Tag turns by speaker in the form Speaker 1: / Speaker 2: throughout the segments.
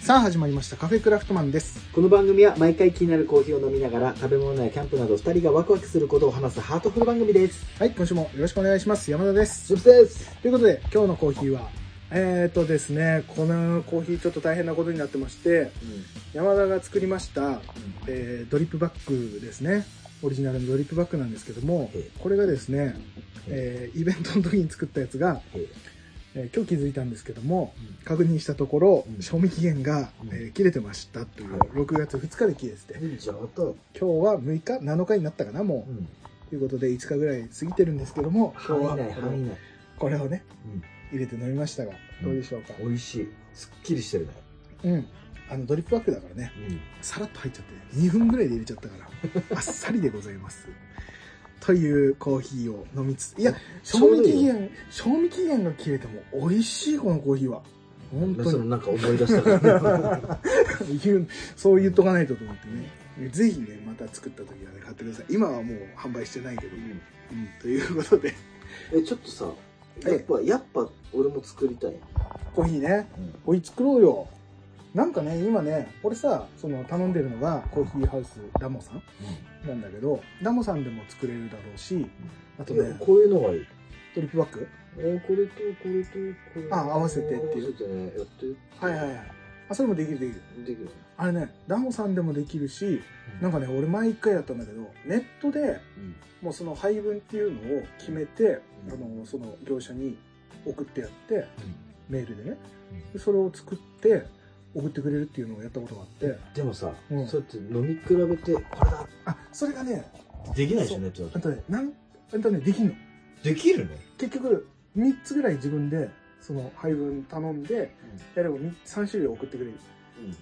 Speaker 1: さあ始まりましたカフェクラフトマンです
Speaker 2: この番組は毎回気になるコーヒーを飲みながら食べ物やキャンプなど2人がワクワクすることを話すハートフル番組です
Speaker 1: はい今週もよろしくお願いします山田です
Speaker 2: スープです
Speaker 1: ということで今日のコーヒーはえーとですねこのコーヒーちょっと大変なことになってまして山田が作りました、えードリップバッグですねオリジナルのドリップバッグなんですけども
Speaker 2: え
Speaker 1: これがですね、えーイベントの時に作ったやつが、えー今日気づいたんですけども確認したところ、
Speaker 2: うん
Speaker 1: 賞味期限が、
Speaker 2: うん
Speaker 1: えー切れてましたという
Speaker 2: はい
Speaker 1: 6月2日で切れてて
Speaker 2: うん上等
Speaker 1: 今日は6日7日になったかなもう、
Speaker 2: うん
Speaker 1: ということで5日ぐらい過ぎてるんですけども今日は
Speaker 2: 範囲内範囲内
Speaker 1: これをね
Speaker 2: うん
Speaker 1: 入れて飲みましたがどうでしょうか
Speaker 2: 美味しいすっきりしてるね
Speaker 1: うんあのドリップバッグだからねさらっと入っちゃって2分ぐらいで入れちゃったからあ っさりでございますというコーヒーを飲みつついや
Speaker 2: ち
Speaker 1: 賞
Speaker 2: ょうど
Speaker 1: 味
Speaker 2: いい
Speaker 1: 期限賞味期限が切れても美味しいこのコーヒーは本当
Speaker 2: その
Speaker 1: に
Speaker 2: なんか思い出したからね
Speaker 1: 言うそう言っとかないとと思ってねぜひねまた作った時はね買ってください今はもう販売してないけど、うんということで
Speaker 2: えちょっとさやっぱやっぱ俺も作りたい
Speaker 1: コーヒーねおい作ろうよなんかね今ね俺さその頼んでるのがコーヒーハウスダモさんなんだけどダモさんでも作れるだろうしあと
Speaker 2: いや
Speaker 1: ね
Speaker 2: こういうのがいい
Speaker 1: トリップバッグ
Speaker 2: えこれとこれとこれ
Speaker 1: あ合わせてっていう
Speaker 2: 合わせてねやって
Speaker 1: はいはいはいあそれもできるできる
Speaker 2: できる
Speaker 1: あれねダモさんでもできるしなん
Speaker 2: か
Speaker 1: かね俺前一回やったんだけどネットでもうその配分っていうのを決めてあのその業者に送ってやってメールでねでそれを作って送ってくれるっていうのをやったことがあって
Speaker 2: でもさ、
Speaker 1: うん
Speaker 2: そうやって飲み比べてこれだ
Speaker 1: あそれがね
Speaker 2: できないでし
Speaker 1: そ
Speaker 2: ょ
Speaker 1: う
Speaker 2: ネットだ
Speaker 1: あ
Speaker 2: と
Speaker 1: とねなんあとねできんの
Speaker 2: できるの
Speaker 1: 結局3つぐらい自分でその配分頼んでやれば3種類送ってくれる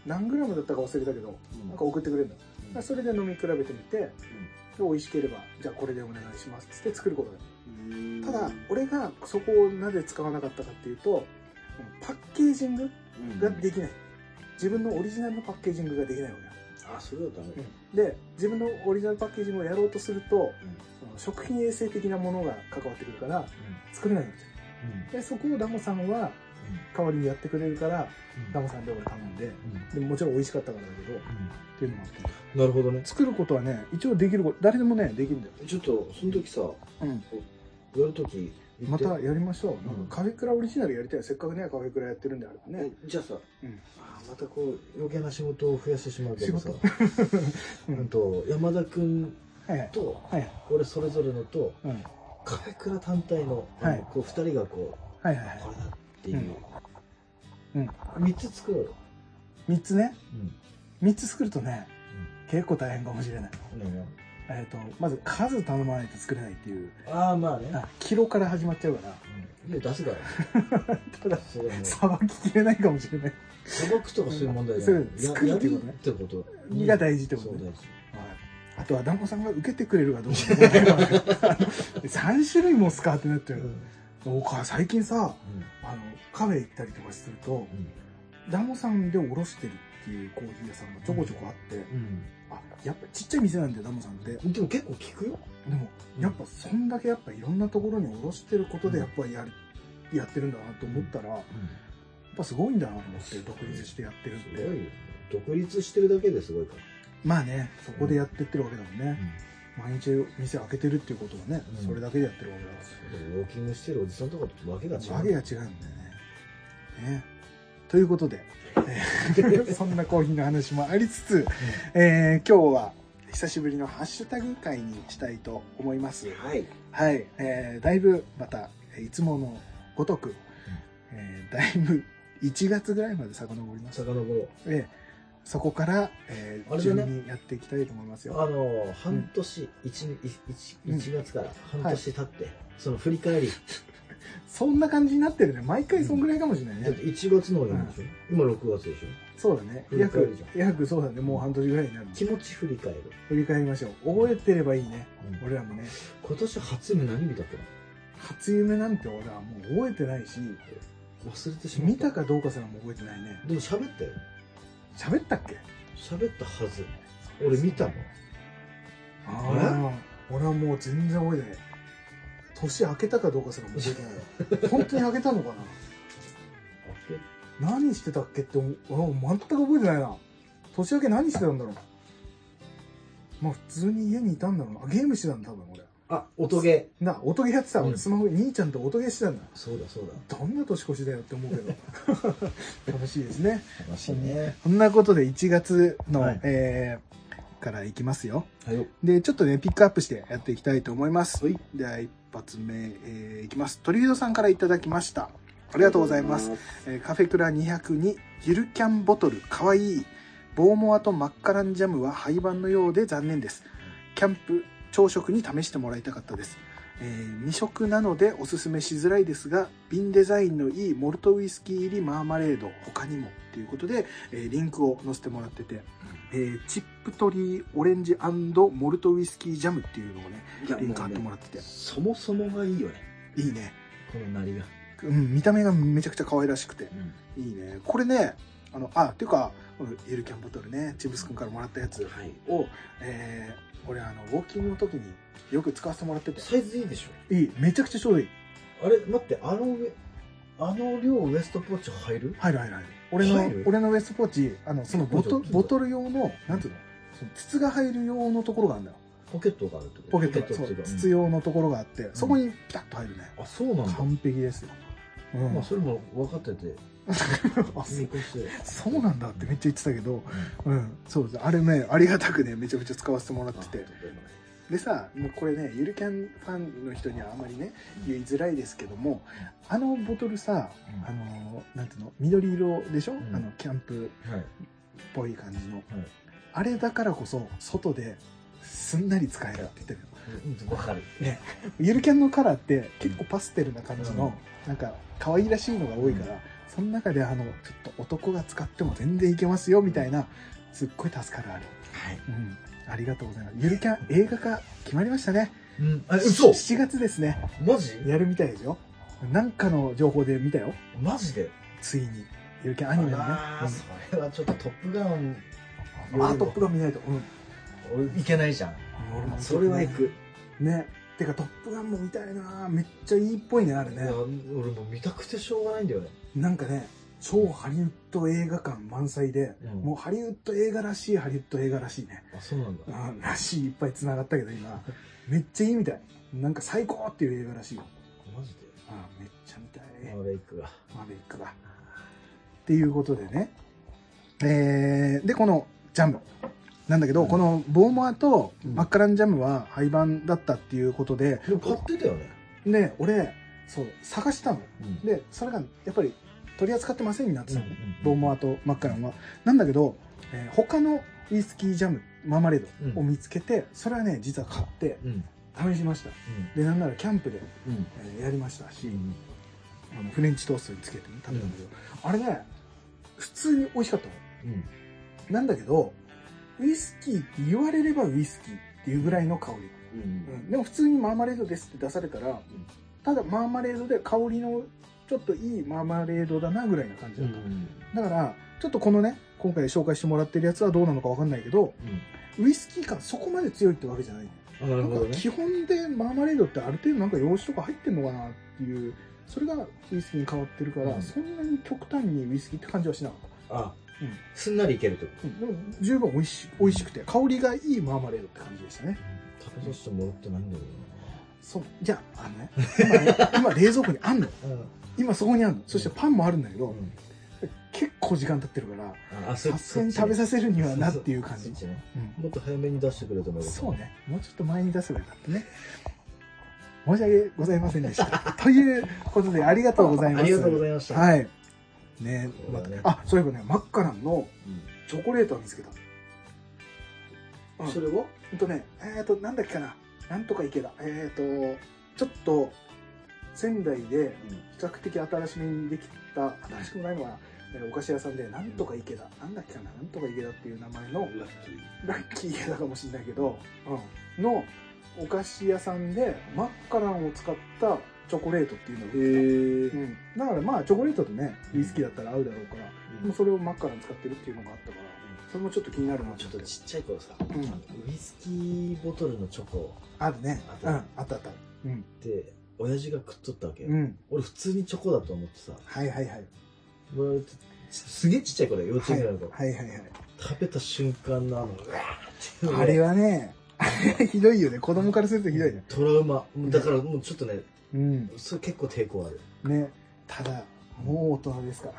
Speaker 1: 何グラムだったか忘れたけどなんか送ってくれるのだからそれで飲み比べてみてで美味しければじゃあこれでお願いしますっつって作ることができるただ俺がそこをなぜ使わなかったかっていうとパッケージングができない自分のオリジナルのパッケージングができないわけよ
Speaker 2: あそれはダメだ
Speaker 1: で自分のオリジナルパッケージングをやろうとするとその食品衛生的なものが関わってくるから作れないんですよでそこをダモさんは代わりにやってくれるからダモさんで俺頼んででももちろん美味しかったからだけどっていうのもあって
Speaker 2: なるほどね
Speaker 1: 作ることはね一応できること誰でもねできるんだよ、
Speaker 2: ちょっとその時さ
Speaker 1: うん、
Speaker 2: やる時言
Speaker 1: ま
Speaker 2: って
Speaker 1: たやりましょう、なん
Speaker 2: うん
Speaker 1: かカフェクラオリジナルやりたいよせっかくねカフェクラやってるんであればね
Speaker 2: えじゃあさ、
Speaker 1: うん
Speaker 2: あーまたこう余計な仕事を増やしてしまうけどさ
Speaker 1: 仕う
Speaker 2: うん
Speaker 1: ん
Speaker 2: と山田君
Speaker 1: はいはい
Speaker 2: と
Speaker 1: はい
Speaker 2: 俺それぞれのと
Speaker 1: うんはい
Speaker 2: カフェクラ単体の,、
Speaker 1: はい
Speaker 2: こう2人がこう
Speaker 1: はい
Speaker 2: こ
Speaker 1: は
Speaker 2: れだっていう、
Speaker 1: うんうん
Speaker 2: 3つ作ろうよ、
Speaker 1: い3つね
Speaker 2: うん
Speaker 1: 3つ作るとね結構大変かもしれないえっ、とまず数頼まないと作れないっていう
Speaker 2: ああまあね、
Speaker 1: あキロから始まっちゃうから
Speaker 2: うん、いや出すか ら
Speaker 1: ただ
Speaker 2: それはもう
Speaker 1: さばききれないかもしれない
Speaker 2: 砂漠とかそういう問題じゃない
Speaker 1: そう作るってことね
Speaker 2: ややるってこと
Speaker 1: 身が大事ってこと
Speaker 2: そう
Speaker 1: ね
Speaker 2: 大事
Speaker 1: あとは団子さんが受けてくれるかどうかね 3種類もスカーってなっちゃ
Speaker 2: うん
Speaker 1: う、おか最近さあのカフェ行ったりとかすると団子さんでおろしてるっていうコーヒー屋さんがちょこちょこあって、
Speaker 2: うん
Speaker 1: あやっぱちっちゃい店なんだよ団子さんってで
Speaker 2: うんでも結構聞くよ
Speaker 1: もやっぱそんだけやっぱいろんなところにおろしてることでやっぱりやるやってるんだなと思ったらやっぱすごいんだなと思って独立してやってるっ
Speaker 2: すご
Speaker 1: て
Speaker 2: いよ独立してるだけですごいから
Speaker 1: まあねそこでやってってるわけだもんね毎日店開けてるっていうことはね
Speaker 2: うん
Speaker 1: それだけでやってるわけだから
Speaker 2: でもウォーキングしてるおじさんとかとわけが違う
Speaker 1: わけが違うんだよね。ねということで、えー そんなコーヒーの話もありつつ、えー今日は久しぶりのハッシュタグ会にしたいと思います。
Speaker 2: はい
Speaker 1: はい、えーだいぶまたいつものごとく、えーだいぶ1月ぐらいまで遡りました。
Speaker 2: 遡ろ
Speaker 1: でそこから、えー
Speaker 2: あれだ
Speaker 1: 順
Speaker 2: ね
Speaker 1: にやっていきたいと思います
Speaker 2: う
Speaker 1: よ。
Speaker 2: あの半年一一
Speaker 1: うん
Speaker 2: 一月から半年経ってその振り返り
Speaker 1: そんな感じになってるね。毎回そんぐらいかもしれないね。
Speaker 2: だって1月のなんでしょ今6月でしょ
Speaker 1: そうだね。
Speaker 2: 振り返
Speaker 1: 約
Speaker 2: るじゃ、ん
Speaker 1: 約そうだね。もう半年ぐらいになるね
Speaker 2: 気持ち振り返る
Speaker 1: 振り返りましょう。覚えてればいいね。俺らもね
Speaker 2: 今年初夢何見たっけな
Speaker 1: 初夢なんて俺はもう覚えてないし
Speaker 2: 忘れてしまった
Speaker 1: 見たかどうかすらも覚えてないね
Speaker 2: でも喋ったよ
Speaker 1: 喋ったっけ
Speaker 2: 喋ったはず俺見たもん
Speaker 1: ああ俺はもう全然覚えてない年明けたかどうかすらも覚えてない本当に明けたのかな
Speaker 2: 開
Speaker 1: 何してたっけって思う俺全く覚えてないな年明け何してたんだろうまあ普通に家にいたんだろうなゲームしてたんだ多分俺
Speaker 2: あ、音ゲ
Speaker 1: な音ゲーやってた
Speaker 2: う
Speaker 1: 俺
Speaker 2: ん
Speaker 1: スマホで兄ちゃんと音ゲーしてたんだ
Speaker 2: ー。そうだそうだ。
Speaker 1: どんな年越しだよって思うけど 楽しいですね
Speaker 2: 楽しいね。
Speaker 1: そんなことで1月の、
Speaker 2: はい
Speaker 1: えーからいきますよ
Speaker 2: はいよ。
Speaker 1: でちょっとねピックアップしてやっていきたいと思います、では一発目、えーいきますトリフィードさんからいただきましたありがとうございます、えーカフェクラ202ゆるキャンボトルかわいいボーモアとマッカランジャムは廃盤のようで残念ですキャンプ朝食に試してもらいたかったです、え2色なのでおすすめしづらいですが瓶デザインのいいモルトウイスキー入りマーマレード他にもということで、えーリンクを載せてもらってて、えーチップトリーオレンジモルトウイスキージャムっていうのをね
Speaker 2: いや
Speaker 1: リンク貼っ
Speaker 2: もう
Speaker 1: てもら
Speaker 2: ね
Speaker 1: ってて
Speaker 2: そもそもがいいよね。
Speaker 1: いいね、
Speaker 2: このなりが。
Speaker 1: うん、見た目がめちゃくちゃ可愛らしくて
Speaker 2: うん。
Speaker 1: いいねこれねあのあっていうかこのゆるキャンボトルねチブス君からもらったやつ
Speaker 2: はい。
Speaker 1: を、えー、俺あのウォーキングの時によく使わせてもらってて
Speaker 2: サイズいいでしょ。
Speaker 1: いいめちゃくちゃちょうどいい
Speaker 2: あれ、待って、あの上、あの量ウエストポーチ入る
Speaker 1: 入る入る入る俺の
Speaker 2: 入る
Speaker 1: 俺のウエストポーチあのそのボト
Speaker 2: ちょっと
Speaker 1: ボトル用のなんていうのその筒が入る用のところがあるんだよ
Speaker 2: ポケットがあるってこと
Speaker 1: ポケットがそ
Speaker 2: っていうか
Speaker 1: 筒用のところがあってそこにピタッと入るね、
Speaker 2: あ、そうなんだ。
Speaker 1: 完璧ですよ、うん
Speaker 2: まあ、それも分かって て、
Speaker 1: あそ
Speaker 2: 見越して。
Speaker 1: そうなんだってめっちゃ言ってたけど、うん、そうですあれねありがたくねめちゃくちゃ使わせてもらっててでさもうこれねゆるキャンファンの人にはあまりね言いづらいですけどもあのボトルさあ
Speaker 2: うん
Speaker 1: のなんていうの緑色でしょ、
Speaker 2: ん
Speaker 1: あのキャンプ
Speaker 2: はい。
Speaker 1: っぽい感じの、
Speaker 2: い
Speaker 1: あれだからこそ外ですんなり使えるって言ってるよ
Speaker 2: うん、わかる。
Speaker 1: ゆるキャンのカラーって結構パステルな感じの、なんか可愛らしいのが多いから、
Speaker 2: うん
Speaker 1: その中であのちょっと男が使っても全然いけますよみたいなすっごい助かるあれ
Speaker 2: はい。
Speaker 1: うん、ありがとうございます。ゆるキャン映画化決まりましたね。
Speaker 2: うん、あ、嘘
Speaker 1: 7月ですね。
Speaker 2: マジ
Speaker 1: やるみたいですよ。なんかの情報で見たよ。
Speaker 2: マジで
Speaker 1: ついに。ゆるキャンアニメのね。
Speaker 2: あー
Speaker 1: うん
Speaker 2: それはちょっとトップガン、
Speaker 1: あートップが見ないと。うん。
Speaker 2: 俺、いけないじゃん。
Speaker 1: 俺も
Speaker 2: それは行く。
Speaker 1: ね。てか、トップガンも見たいなめっちゃいいっぽいね、あれ
Speaker 2: い
Speaker 1: ね
Speaker 2: や。俺もう見たくてしょうがないんだよね。
Speaker 1: なんかね、超ハリウッド映画館満載で、
Speaker 2: うん
Speaker 1: もうハリウッド映画らしいハリウッド映画らしいね。
Speaker 2: あ、そうなんだ
Speaker 1: う。ん、らしいいっぱい繋がったけど 今、めっちゃいいみたい。なんか最高っていう映画らしいよ。
Speaker 2: マジで
Speaker 1: あーめっちゃ見たい。
Speaker 2: マーベイクが。
Speaker 1: マーベリックが。っていうことでね。えーで、このジャム。なんだけど、
Speaker 2: うん
Speaker 1: このボーモアと
Speaker 2: うん
Speaker 1: マッカランジャムは廃盤だったっていうことで、
Speaker 2: でも買ってたよね。
Speaker 1: で、俺、そう、探したの。
Speaker 2: うん
Speaker 1: で、それが、やっぱり取り扱ってませんになってたのね。ボーモ
Speaker 2: ア。
Speaker 1: アとマッカランは。なんだけど、えー他のウイスキージャム、マーマレードを見つけて、それはね、実は買って、
Speaker 2: うん。うん。
Speaker 1: 試しました。で、なんならキャンプで、
Speaker 2: うん。
Speaker 1: えーやりましたし、
Speaker 2: うん。
Speaker 1: あのフレンチトーストにつけて、ね、食べたんだけど、あれね普通に美味しかったの
Speaker 2: うん。
Speaker 1: なんだけどウイスキーって言われればウイスキーっていうぐらいの香り、
Speaker 2: うん。
Speaker 1: でも普通にマーマレードですって出されたら、ただマーマレードで香りのちょっといいマーマレードだなぐらいな感じだった、だからちょっとこのね今回紹介してもらってるやつはどうなのかわかんないけどウイスキー感そこまで強いってわけじゃない
Speaker 2: あ、なるほど
Speaker 1: なんか
Speaker 2: ね。
Speaker 1: 基本でマーマレードってある程度なんか洋酒とか入ってんのかなっていうそれがウイスキーに変わってるから、
Speaker 2: うん
Speaker 1: そんなに極端にウイスキーって感じはしなかっ
Speaker 2: あ
Speaker 1: うん、
Speaker 2: すんなりいけるってこ
Speaker 1: た、うんでも十分美味しい美味しくて香りがいいマーマレードって感じでしたね
Speaker 2: と。食べさせてもらってないんだけ
Speaker 1: そうじゃああのね今ね今冷蔵庫にあんの
Speaker 2: どな。
Speaker 1: 今そこにあんのそしてパンもあるんだけど、
Speaker 2: うん。
Speaker 1: 結構時間経ってるから
Speaker 2: あ、
Speaker 1: さすがに食べさせるにはなっていう感じ
Speaker 2: そっちね
Speaker 1: うん
Speaker 2: もっと早めに出してくれと思います。
Speaker 1: そうね、もうちょっと前に出せばよかったね。申し訳ございませんでした。ということで、ありがとうございます。
Speaker 2: ありがとうございました
Speaker 1: はい。ね
Speaker 2: そうだね
Speaker 1: まあ、そういえばね、マッカランの
Speaker 2: う。
Speaker 1: チョコレートを見つけた。うんん、
Speaker 2: それは
Speaker 1: ほんとね、えっ、と、なんだっけかな。なんとか池だ。えっ、と、ちょっと、仙台で比較的新しめにできた、新しくもないのは、えーお菓子屋さんで、なんとか池田、なんだっけかな、なんとか池田っていう名前の、
Speaker 2: ラッキー。
Speaker 1: ラッキー家だかもしれないけど、うん、のお菓子屋さんでマッカランを使ったチョコレートっていうのを売ってた、
Speaker 2: へ
Speaker 1: うん、だからまあチョコレートとねウイスキーだったら合うだろうから、もうそれをマッカラン使ってるっていうのがあったからそれもちょっと気になるな
Speaker 2: ち
Speaker 1: ち
Speaker 2: ょ
Speaker 1: ょ
Speaker 2: っ
Speaker 1: っ
Speaker 2: と
Speaker 1: と
Speaker 2: ちっちゃい頃さ、
Speaker 1: ん
Speaker 2: あのウイスキーボトルのチョコ
Speaker 1: あるね
Speaker 2: あった
Speaker 1: うん、あったあったうん、
Speaker 2: って親父が食っとったわけよ、
Speaker 1: うん、
Speaker 2: 俺普通にチョコだと思ってさ
Speaker 1: はいはいはい
Speaker 2: もうすげえちっちゃい頃幼稚園ぐらいの頃、
Speaker 1: はいはいはい。
Speaker 2: 食べた瞬間のあのうわーって
Speaker 1: あれはね、 ひどいよね。子供からするとひどいね。
Speaker 2: トラウマだからもうちょっとね
Speaker 1: うん。
Speaker 2: それ結構抵抗ある
Speaker 1: ね。ただ、もう大人ですから。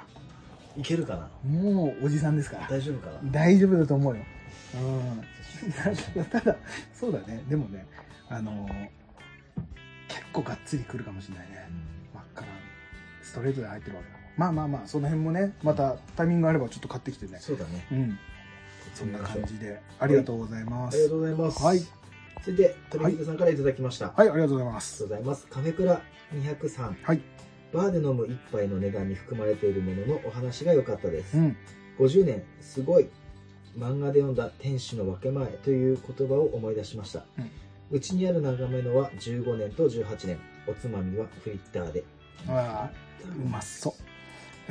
Speaker 2: いけるかな
Speaker 1: もうおじさんですから。
Speaker 2: 大丈夫かな
Speaker 1: 大丈夫だと思うよ。うん。ただ、そうだね。でもね、あのー結構がっつり来るかもしれないね。真っ赤なストレートで入ってるわけだからまあまあまあ、その辺もね、またタイミングあればちょっと買ってきてね。
Speaker 2: そうだね
Speaker 1: うん。そんな感じで、ありがとうございま
Speaker 2: ありが
Speaker 1: す
Speaker 2: と。うございます
Speaker 1: はい
Speaker 2: それでトリミングさんからいただきました、あ
Speaker 1: はい、ありがとうございま
Speaker 2: りが
Speaker 1: す。
Speaker 2: とうございますカフェクラ203
Speaker 1: はい
Speaker 2: バーで飲む一杯の値段に含まれているもののお話が良かったです、
Speaker 1: うん。
Speaker 2: 50年すごい漫画で読んだ「天使の分け前」という言葉を思い出しました
Speaker 1: うん
Speaker 2: うち、にある眺めのは15年と18年おつまみはフリッターで
Speaker 1: あーうまそう。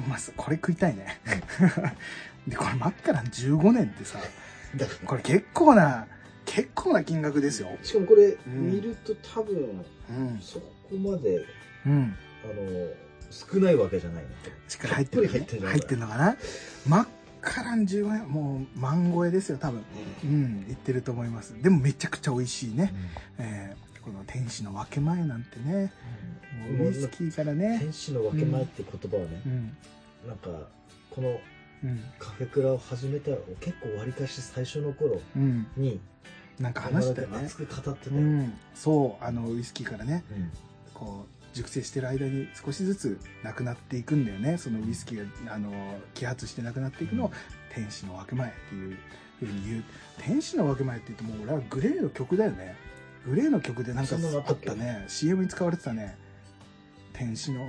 Speaker 1: うまそう。これ食いたい ね。で、これ真っ赤な15年ってさ、
Speaker 2: だか
Speaker 1: これ結構な、結構な金額ですよ。
Speaker 2: らしかもこれ
Speaker 1: ん
Speaker 2: 見ると多分
Speaker 1: うん。
Speaker 2: そこまで
Speaker 1: うん。
Speaker 2: あの少ないわけじゃないね
Speaker 1: しっかり入ってる、ね。
Speaker 2: たっぷり入ってんじゃん
Speaker 1: 入ってんのかな真っ赤な15年、もう万超えですよ、多分。うん、言ってると思います。でもめちゃくちゃ美味しいね。えーこの天使の分け前なんてね、
Speaker 2: うん
Speaker 1: もうウイスキーからね。
Speaker 2: 天使の分け前って言葉はね
Speaker 1: う、ん。
Speaker 2: なんかこの
Speaker 1: うん。
Speaker 2: カフェクラを始めたら結構割り返し最初の頃
Speaker 1: うん。
Speaker 2: に
Speaker 1: なんか話したよね
Speaker 2: 熱。く語ってた
Speaker 1: う
Speaker 2: よ、うん
Speaker 1: ん。そう、あの、ウイスキーからね。こう熟成してる間に少しずつなくなっていくんだよねそのウイスキーがあの揮発してなくなっていくのを「天使の分け前」っていうふうに言う「天使の分け前」って言うともう俺はグレーの曲だよねグレーの曲でなんか
Speaker 2: そんなの
Speaker 1: あ
Speaker 2: あった
Speaker 1: っ
Speaker 2: っけ
Speaker 1: たね CM に使われてたね「天使の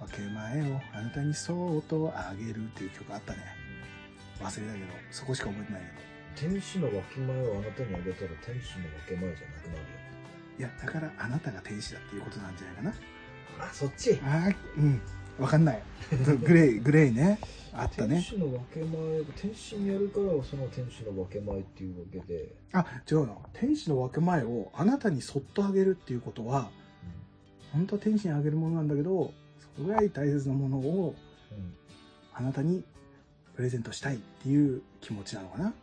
Speaker 1: 分け前をあなたにそーっとあげる」っていう曲あったね忘れたけどそこしか覚えてないけど
Speaker 2: 天使の分け前をあなたにあげたら天使の分け前じゃなくなるよ
Speaker 1: いやだからあなたが天使だっていうことなんじゃないかな
Speaker 2: あそっち
Speaker 1: あーうんわかんない グレーグレーねあった
Speaker 2: 天
Speaker 1: ね
Speaker 2: 使の分け前天使にやるからその天使の分け前っていうわけで、
Speaker 1: あ違うな天使の分け前をあなたにそっとあげるっていうことは本当は天使にあげるものなんだけどそれぐらい大切なものを
Speaker 2: うん
Speaker 1: あなたにプレゼントしたいっていう気持ちなのかな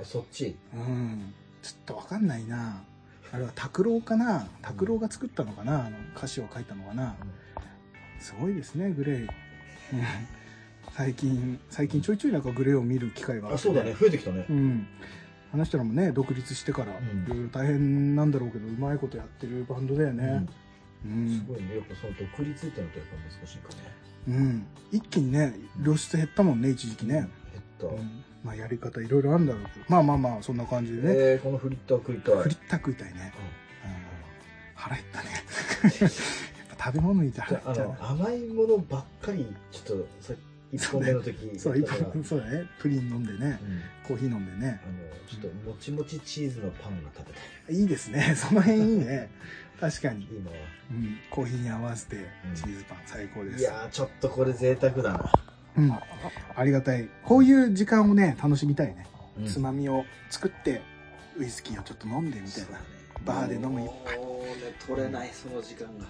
Speaker 2: あそっち
Speaker 1: うんちょっとわかんないなあれは拓郎かな拓郎が作ったのかなあの歌詞を書いたのかなすごいですねグレーうん最近最近ちょいちょいなんかグレーを見る機会があって
Speaker 2: あそうだね増えてきたね
Speaker 1: うん、あの人らもね独立してから
Speaker 2: ん
Speaker 1: いろいろ大変なんだろうけどうまいことやってるバンドだよね、う
Speaker 2: うんす
Speaker 1: ん
Speaker 2: ごいねやっぱその独立ってのとやっぱ難しいからね
Speaker 1: うん一気にね露出減ったもんね一時期ね、
Speaker 2: 減
Speaker 1: う
Speaker 2: った、
Speaker 1: んまあ、やり方いろいろあるんだろうけどまあまあまあそんな感じでね、
Speaker 2: えー、このフリッター食いたい
Speaker 1: フリッター食いたいね、
Speaker 2: う
Speaker 1: うん、腹減った ねやっぱ食べ物にて
Speaker 2: んじ
Speaker 1: 腹減っ
Speaker 2: ゃああ
Speaker 1: ちゃうね
Speaker 2: の甘いものばっかりちょっとさ1本目の時
Speaker 1: そう
Speaker 2: やった
Speaker 1: 一
Speaker 2: から
Speaker 1: 本 そうだねプリン飲んでね
Speaker 2: うん
Speaker 1: コーヒー飲んでね
Speaker 2: あのちょっともちもちチーズのパンが食べたい
Speaker 1: いいですね その辺いいね確かに、
Speaker 2: 今は
Speaker 1: うん、コーヒーに合わせてチーズパン最高です、
Speaker 2: いやーちょっとこれ贅沢だな、
Speaker 1: うん、ありがたいこういう時間をね楽しみたいね、つまみを作ってウイスキーをちょっと飲んでみたいなバーで飲む一
Speaker 2: 杯ね取れないその時間が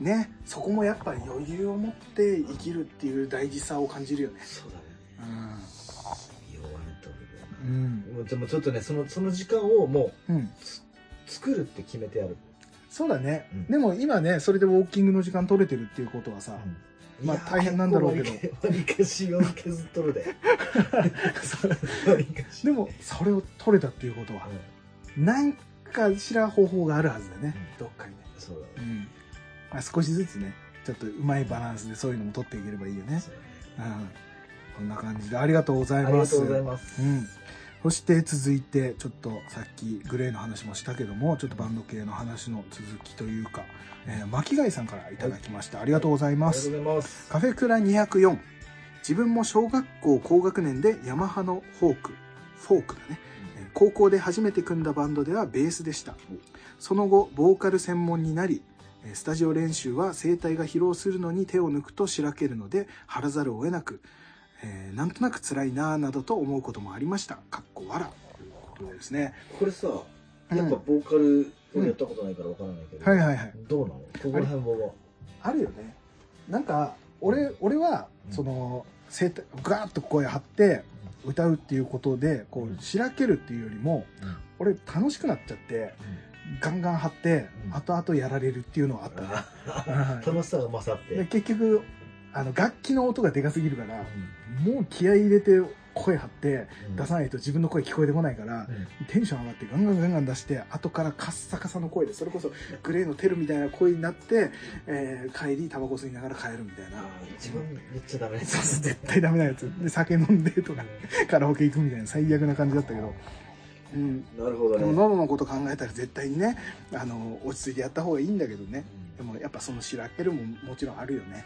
Speaker 1: ねそこもやっぱり余裕を持って生きるっていう大事さを感じるよね
Speaker 2: そうだね
Speaker 1: う
Speaker 2: 弱いと思うよなんもうでもちょっとねそのその時間をも
Speaker 1: うん、うん、
Speaker 2: うつ作るって決めてやる、
Speaker 1: そうだね、
Speaker 2: うん
Speaker 1: でも今ねそれでウォーキングの時間取れてるっていうことはさ、まあ
Speaker 2: いやー
Speaker 1: 大変なんだろうけど
Speaker 2: 結構割りかし割りかし削っとるで
Speaker 1: そう
Speaker 2: 割りかし
Speaker 1: でもそれを取れたっていうことは
Speaker 2: うん
Speaker 1: 何かしら方法があるはずだね、どっかにね、
Speaker 2: そうだ
Speaker 1: う
Speaker 2: ね
Speaker 1: んまあ、少しずつねちょっとうまいバランスでそういうのも取っていければいいよね
Speaker 2: そうだね
Speaker 1: うんこんな感じでありがとうござい
Speaker 2: あり
Speaker 1: ま
Speaker 2: が
Speaker 1: す。
Speaker 2: とうございます、
Speaker 1: うんそして続いて、ちょっとさっきグレーの話もしたけども、ちょっとバンド系の話の続きというか、えー巻貝さんからいただきました。ありがとうござい
Speaker 2: あ
Speaker 1: ま
Speaker 2: りがと
Speaker 1: す。
Speaker 2: うございます
Speaker 1: カフェクラ204。自分も小学校高学年でヤマハのフォーク、フォークだね。えー高校で初めて組んだバンドではベースでしたその後ボーカル専門になりえースタジオ練習は声帯が疲労するのに手を抜くとしらけるので張らざるを得なく、えーなんとなく辛いなぁなどと思うこともありましたかっこわらということですね
Speaker 2: これさやっぱ
Speaker 1: うん
Speaker 2: ボーカルをやったことないからわからないけど、
Speaker 1: はいはいはい
Speaker 2: どうなのここら辺は
Speaker 1: あるよねなんか俺俺は
Speaker 2: うん
Speaker 1: その声帯ガーッと声張って歌うっていうことでこ
Speaker 2: うん
Speaker 1: うしらけるっていうよりも俺楽しくなっちゃってガンガン張って
Speaker 2: うん
Speaker 1: 後々やられるっていうのはあったね
Speaker 2: あ
Speaker 1: は
Speaker 2: ー
Speaker 1: い
Speaker 2: 楽しさが勝って、
Speaker 1: で結局あの楽器の音がでかすぎるから
Speaker 2: う
Speaker 1: もう気合い入れて声張って
Speaker 2: ん
Speaker 1: 出さないと自分の声聞こえてこないから
Speaker 2: うん
Speaker 1: テンション上がってガンガンガンガン出して後からカッサカサの声でそれこそグレーのテルみたいな声になって、えー帰りタバコ吸いながら帰るみたいな
Speaker 2: あー自分言っちゃダメ
Speaker 1: そうそう絶対ダメなやつで酒飲んでとか カラオケ行くみたいな最悪な感じだったけど、うん、
Speaker 2: なるほど
Speaker 1: でも
Speaker 2: ね
Speaker 1: 喉のこと考えたら絶対にねあの落ち着いてやった方がいいんだけどねでもやっぱそのしらけるももちろんあるよね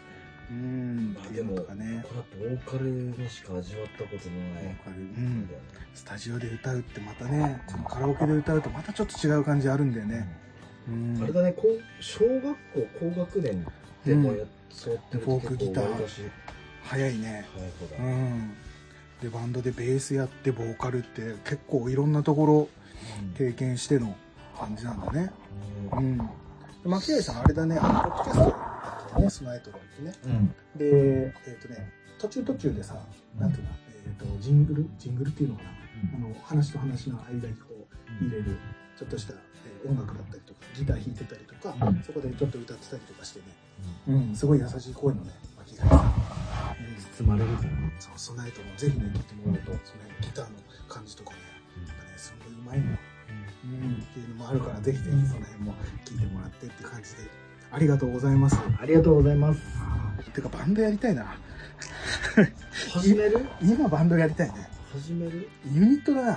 Speaker 1: うん
Speaker 2: ま
Speaker 1: っ
Speaker 2: あ
Speaker 1: ていうのとかね
Speaker 2: これはボーカルにしか味わったことの
Speaker 1: わ
Speaker 2: ない
Speaker 1: かるう
Speaker 2: うん
Speaker 1: スタジオで歌うってまたねそのカラオケで歌うとまたちょっと違う感じあるんだよね、うん
Speaker 2: あれだねこう小学校高学年でもやっそうやってる
Speaker 1: フォークギター
Speaker 2: 割りかし
Speaker 1: 早いね
Speaker 2: 早い子だ
Speaker 1: う、んでバンドでベースやってボーカルって結構いろんなところ
Speaker 2: うん
Speaker 1: 経験しての感じなんだね
Speaker 2: う
Speaker 1: うんんで牧合さんあれだねあのポッドキャストやってたねスナイトロってね
Speaker 2: うん
Speaker 1: でえっ、とね途中途中でさなんていうの、えー、とジングルジングルっていうのかなあの話と話の間にこう入れるちょっとしたえー音楽だったりとかギター弾いてたりとか、
Speaker 2: うん
Speaker 1: そこでちょっと歌ってたりとかしてね、うん、すごい優しい声のね巻き貝さん、うん
Speaker 2: 包まれるから
Speaker 1: そうソナイトもぜひね聴いてもらうとそのギターの感じとかねやっぱねすごいうまいのよ、うん、っていうのもあるからぜひぜひその辺も聴いてもらってって感じでありがとうございます
Speaker 2: ありがとうございます
Speaker 1: てかバンドやりたいな
Speaker 2: 始める
Speaker 1: 今バンドやりたいね
Speaker 2: 始める
Speaker 1: ユニットだな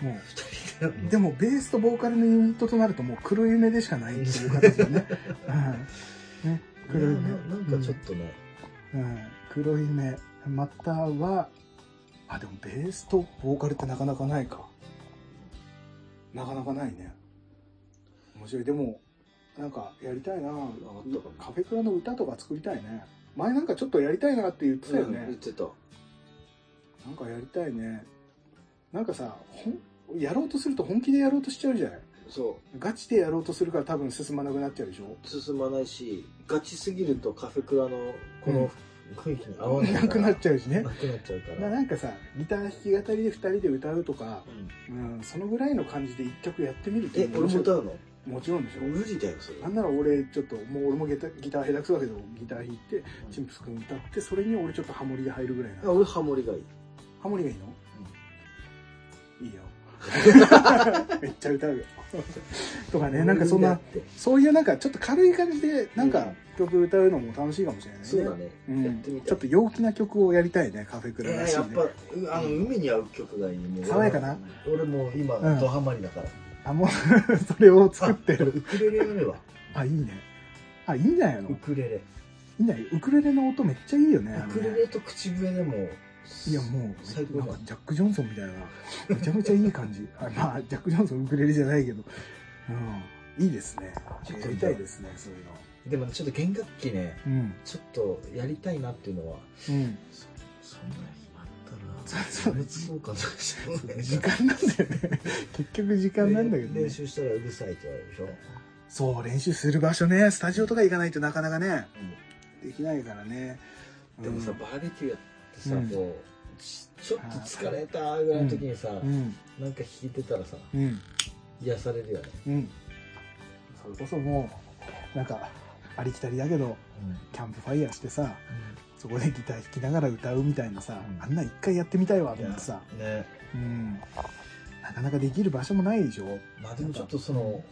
Speaker 1: もう
Speaker 2: 二人で
Speaker 1: でもベースとボーカルのユニットとなるともう黒夢でしかないっていう形だ ね。うん、ね黒
Speaker 2: い
Speaker 1: 夢
Speaker 2: やななんかちょっとね、
Speaker 1: うんうん黒夢またはあでもベースとボーカルってなかなかないかなかなかないね面白いでもなんかやりたいな
Speaker 2: ったかな
Speaker 1: カフェクラの歌とか作りたいね前なんかちょっとやりたいなって言ってたよね、
Speaker 2: 言ってた
Speaker 1: なんかやりたいねなんかさほんやろうとすると本気でやろうとしちゃうじゃない
Speaker 2: そ
Speaker 1: ガチでやろうとするから多分進まなくなっちゃうでしょ
Speaker 2: う進まないしガチすぎるとカフェクラのこの雰囲気に合わないから
Speaker 1: なくなっちゃうしね
Speaker 2: なくなっちゃうか
Speaker 1: な
Speaker 2: ら
Speaker 1: なんかさギター弾き語りで2人で歌うとか
Speaker 2: う、ん
Speaker 1: うん、そのぐらいの感じで1曲やってみるってい
Speaker 2: え
Speaker 1: うの
Speaker 2: 俺も
Speaker 1: 面
Speaker 2: 歌
Speaker 1: 白
Speaker 2: うの
Speaker 1: いもちろんでしょ
Speaker 2: 無理だよそれ
Speaker 1: なんなら俺ちょっともう俺もギターギター下手くそだけどギター弾いてチンプス君歌ってそれに俺ちょっとハモリで入るぐらいな
Speaker 2: あ俺ハモリがいい
Speaker 1: ハモリがいいの、いい よめっちゃ歌うよとかねなんかそん
Speaker 2: 無
Speaker 1: な
Speaker 2: 理だって
Speaker 1: そういうなんかちょっと軽い感じでなん
Speaker 2: う
Speaker 1: か
Speaker 2: ん
Speaker 1: 曲歌うのも楽しいかもしれないね。
Speaker 2: そうだね、
Speaker 1: うん
Speaker 2: やってみたい
Speaker 1: ちょっと陽気な曲をやりたいねカフェク
Speaker 2: い
Speaker 1: ラ
Speaker 2: や
Speaker 1: らしい
Speaker 2: や
Speaker 1: ね
Speaker 2: っぱうあの海に合う曲がいいもう
Speaker 1: 爽やかな
Speaker 2: 俺もう今
Speaker 1: うん
Speaker 2: ドハマりだから、
Speaker 1: あもうそれを作って
Speaker 2: あ
Speaker 1: る
Speaker 2: ウクレレやれば
Speaker 1: あいいねあいいんじゃないのい
Speaker 2: ウクレレ
Speaker 1: いんじゃないウクレレの音めっちゃいいよねあの
Speaker 2: ウ
Speaker 1: ね
Speaker 2: クレレと口笛でも
Speaker 1: いやも
Speaker 2: 最
Speaker 1: う
Speaker 2: 高
Speaker 1: なん
Speaker 2: だ
Speaker 1: かジャック・ジョンソンみたいなめちゃめちゃいい感じ あまあジャック・ジョンソンウクレレじゃないけどうんいいですね
Speaker 2: ちょっと
Speaker 1: やりたいですねそういうの
Speaker 2: でもねちょっと弦楽器ね
Speaker 1: うん
Speaker 2: ちょっとやりたいなっていうのは
Speaker 1: うん
Speaker 2: そそんな暇あった
Speaker 1: そ そ
Speaker 2: ら
Speaker 1: う
Speaker 2: 別そうかなし
Speaker 1: 時間なんだよね 結局時間なんだけどね
Speaker 2: 練習したらうるさいって言われるでしょ、
Speaker 1: そう、練習する場所ね、スタジオとか行かないとなかなかね、できないからね。
Speaker 2: でもさ
Speaker 1: うん
Speaker 2: バーベキューやってさ、
Speaker 1: うん
Speaker 2: こうちちょっと疲れたぐらいの時にさ、
Speaker 1: うん、
Speaker 2: なんか弾いてたらさ
Speaker 1: うん、
Speaker 2: 癒されるよね、
Speaker 1: うん。それこそもう、なんか、ありきたりだけど、キャンプファイヤーしてさ、そこでギター弾きながら歌うみたいなさ、
Speaker 2: うん
Speaker 1: あんな一回やってみたいわ、と思ってさ、
Speaker 2: ね
Speaker 1: うん。なかなかできる場所もないでしょ。
Speaker 2: まあでもちょっとその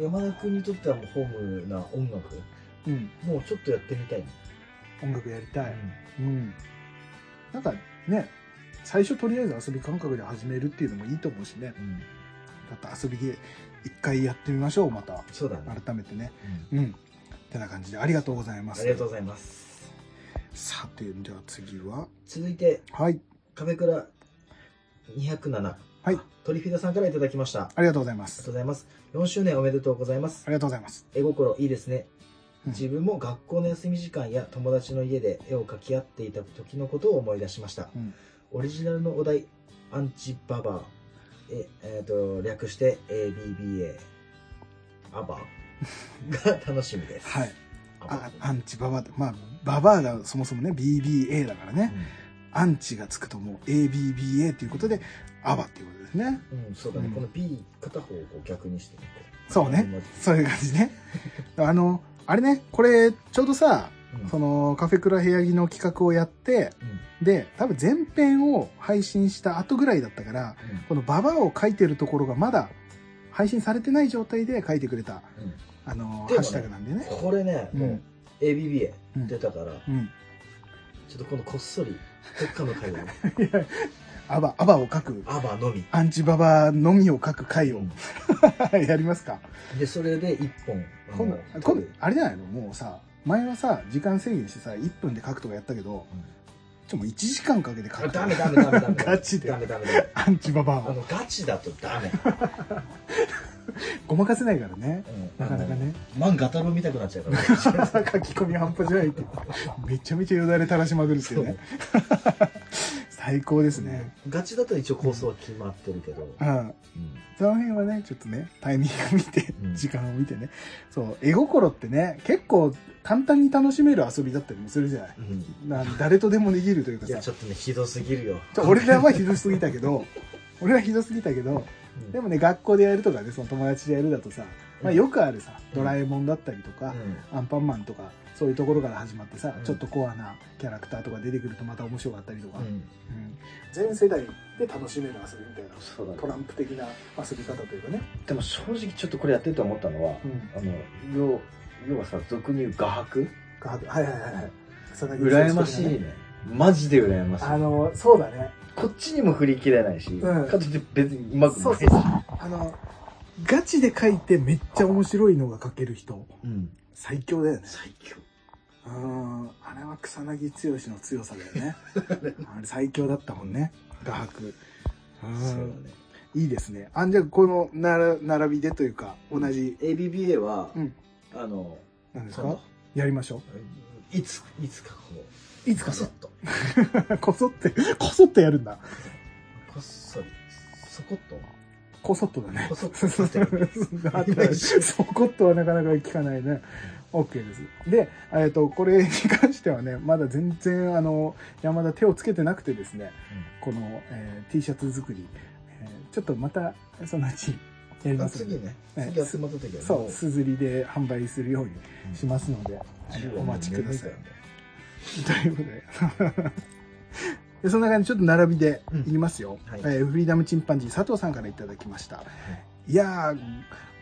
Speaker 2: 山田君にとってはもうホームな音楽
Speaker 1: うん、
Speaker 2: もうちょっとやってみたいね、
Speaker 1: 音楽やりたい。うん。なんかね、最初とりあえず遊び感覚で始めるっていうのもいいと思うしね。
Speaker 2: うん
Speaker 1: だって遊びで一回やってみましょうまた
Speaker 2: そうだね、
Speaker 1: 改めてね
Speaker 2: うん
Speaker 1: うんてな感じでありがとうございます
Speaker 2: ありがとうございます
Speaker 1: さてでは次は
Speaker 2: 続いて
Speaker 1: はい
Speaker 2: 壁倉207
Speaker 1: はい
Speaker 2: トリフィダさんからいただきましたあり
Speaker 1: ありがとうございま
Speaker 2: が
Speaker 1: す
Speaker 2: とうございます4周年おめでとうございます
Speaker 1: ありがとうございます
Speaker 2: 絵心いいですね
Speaker 1: うん
Speaker 2: 自分も学校の休み時間や友達の家で絵を描き合っていた時のことを思い出しました、
Speaker 1: うん
Speaker 2: オリジナルのお題「アンチババア」ええーと略して ABBA アバーが楽しみです、
Speaker 1: はいあアンチババアまあババアがそもそもね BBA だからね、アンチがつくともう ABBA ということでアバっていうことですね
Speaker 2: うん、うん、そうだね、
Speaker 1: うん
Speaker 2: この B 片方をこう逆にしてみて
Speaker 1: そうね
Speaker 2: ん
Speaker 1: そういう感じね あのあれねこれちょうどさ
Speaker 2: うん
Speaker 1: そのカフェクラ部屋着の企画をやって
Speaker 2: うん
Speaker 1: で多分前編を配信した後ぐらいだったからこのババアを書いてるところがまだ配信されてない状態で書いてくれた
Speaker 2: うんうん
Speaker 1: あのハ
Speaker 2: でもね
Speaker 1: ッシュタグなんでね
Speaker 2: これね、
Speaker 1: うん
Speaker 2: もう ABBA
Speaker 1: うん
Speaker 2: 出たから、
Speaker 1: うん
Speaker 2: ちょっとこのこっそり、どっかの回を、
Speaker 1: アバアバを書く
Speaker 2: アバのみ。
Speaker 1: アンチババアのみを書く回を やりますか
Speaker 2: で、それで一本。あの
Speaker 1: 今度今度あれじゃないのもうさ前はさ時間制限してさ1分で書くとかやったけどちょもう1時間かけて書
Speaker 2: あ
Speaker 1: く
Speaker 2: ダメダメダ メダメ。
Speaker 1: ガチで
Speaker 2: ダメダメダメ。
Speaker 1: アンチババア
Speaker 2: あ
Speaker 1: を
Speaker 2: の、ガチだとダメ。
Speaker 1: ごまかせないからね
Speaker 2: うん
Speaker 1: なかなかね。
Speaker 2: あの漫画太郎見たくなっちゃうから。
Speaker 1: 書き込み半端じゃないってめちゃめちゃよだれ垂らしまくるっていうね最高ですね
Speaker 2: ガチだと一応構想は決まってるけど。
Speaker 1: うん
Speaker 2: うん
Speaker 1: その辺はねちょっとねタイミング見て
Speaker 2: うん
Speaker 1: 時間を見てねそう絵心ってね結構簡単に楽しめる遊びだったりもするじゃない
Speaker 2: うん
Speaker 1: な誰とでもできるというか
Speaker 2: いや、
Speaker 1: さ
Speaker 2: ちょっとね、ひどすぎるよ。
Speaker 1: ちょ俺らはひどすぎたけど俺はひどすぎたけど
Speaker 2: うん
Speaker 1: でもね学校でやるとかねその友達でやるだとさ、まあ、よくあるさ「ドラえもん」だったりとか、アンパンマン」とかそういうところから始まってさ、
Speaker 2: うん
Speaker 1: ちょっとコアなキャラクターとか出てくるとまた面白かったりとか、
Speaker 2: うんうん
Speaker 1: うん全世代で楽しめる遊びみたいな
Speaker 3: そうだね
Speaker 1: トランプ的な遊び方というかね、
Speaker 3: でも正直ちょっとこれやってて思ったのは、
Speaker 1: うん、
Speaker 3: あの要要はさ俗に言う画伯
Speaker 1: ガードはいはいはいはい草薙剛とかね
Speaker 3: 羨ましいねマジで羨ましい
Speaker 1: あのそうだね
Speaker 3: こっちにも振り切れないし、
Speaker 1: うん
Speaker 3: かといって別にうまく
Speaker 1: そ
Speaker 3: な
Speaker 1: う
Speaker 3: い
Speaker 1: そうそうあのガチで書いてめっちゃ面白いのが書ける人
Speaker 3: うん、
Speaker 1: 最強だよね
Speaker 3: 最強
Speaker 1: うーんあれは草薙剛の強さだよねあれ最強だったもんね画伯う
Speaker 3: そうだ
Speaker 1: ん
Speaker 3: ね
Speaker 1: いいですねあじゃあこのなら並びでというか同じ
Speaker 3: ABBA は、
Speaker 1: うん
Speaker 3: あの
Speaker 1: なんです
Speaker 2: そ
Speaker 1: か
Speaker 2: の
Speaker 1: やりましょ
Speaker 2: いつ、いつかこ、
Speaker 1: ういうつか
Speaker 2: そ
Speaker 1: そ
Speaker 2: っと。
Speaker 1: こそってこそってやるんだ
Speaker 2: こっそり、そこっと。
Speaker 1: こそっとだね
Speaker 2: こそっと
Speaker 1: そこっとはなかなか聞かないね OK ですで、えー、とこれに関してはねまだ全然あの山田手をつけてなくてですね、この、えー T シャツ作り、えーちょっとまたそのうちやり
Speaker 2: あ
Speaker 1: ますの
Speaker 2: 次
Speaker 1: で
Speaker 2: ね、
Speaker 1: え
Speaker 2: 次集まった時はね
Speaker 1: そ
Speaker 2: も
Speaker 1: うすずりで販売するようにしますので、
Speaker 2: 十
Speaker 1: お待ちください
Speaker 2: はもう眠
Speaker 1: ということで でそんな感じでちょっと並びで
Speaker 2: うん
Speaker 1: 言いますよ、
Speaker 2: はい
Speaker 1: えーフリーダムチンパンジー佐藤さんからいただきました、い、やー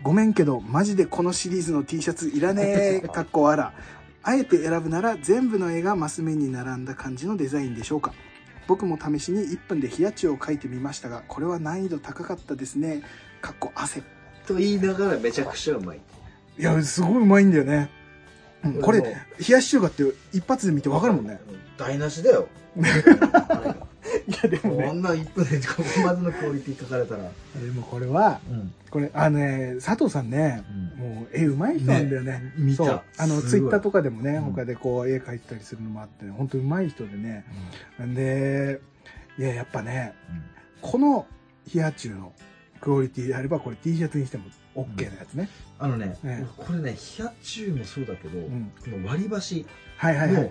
Speaker 1: ごめんけどマジでこのシリーズの T シャツいら ねえかっこあらあえて選ぶなら全部の絵がマス目に並んだ感じのデザインでしょうか僕も試しに1分で冷やチを描いてみましたがこれは難易度高かったですねかっこ汗
Speaker 2: いと言いながらめちゃくちゃうまい。
Speaker 1: いやすごいうまいんだよね、うんこれ
Speaker 2: も
Speaker 1: 冷やし中華って一発で見てわかるもん ね。
Speaker 2: う台無し だよ。
Speaker 1: いやで
Speaker 2: こんな1分でここまでのクオリティ書かれたら。
Speaker 1: でもこれは
Speaker 2: うん。
Speaker 1: これあのね佐藤さんねもう絵うまい人なんだよね
Speaker 2: 見
Speaker 1: そ
Speaker 2: た
Speaker 1: う。あの
Speaker 2: すごい
Speaker 1: ツイッターとかでもね、
Speaker 2: うん
Speaker 1: 他でこう絵描いてたりするのもあって、ね、本当うまい人でねでいややっぱねこの冷や中のクオリティであればこれ T シャツにしても OK なやつね、
Speaker 2: あのね
Speaker 1: ね、
Speaker 2: これね、ヒャチュウもそうだけど、
Speaker 1: うん
Speaker 2: この割り箸
Speaker 1: はいはいは
Speaker 2: も
Speaker 1: い、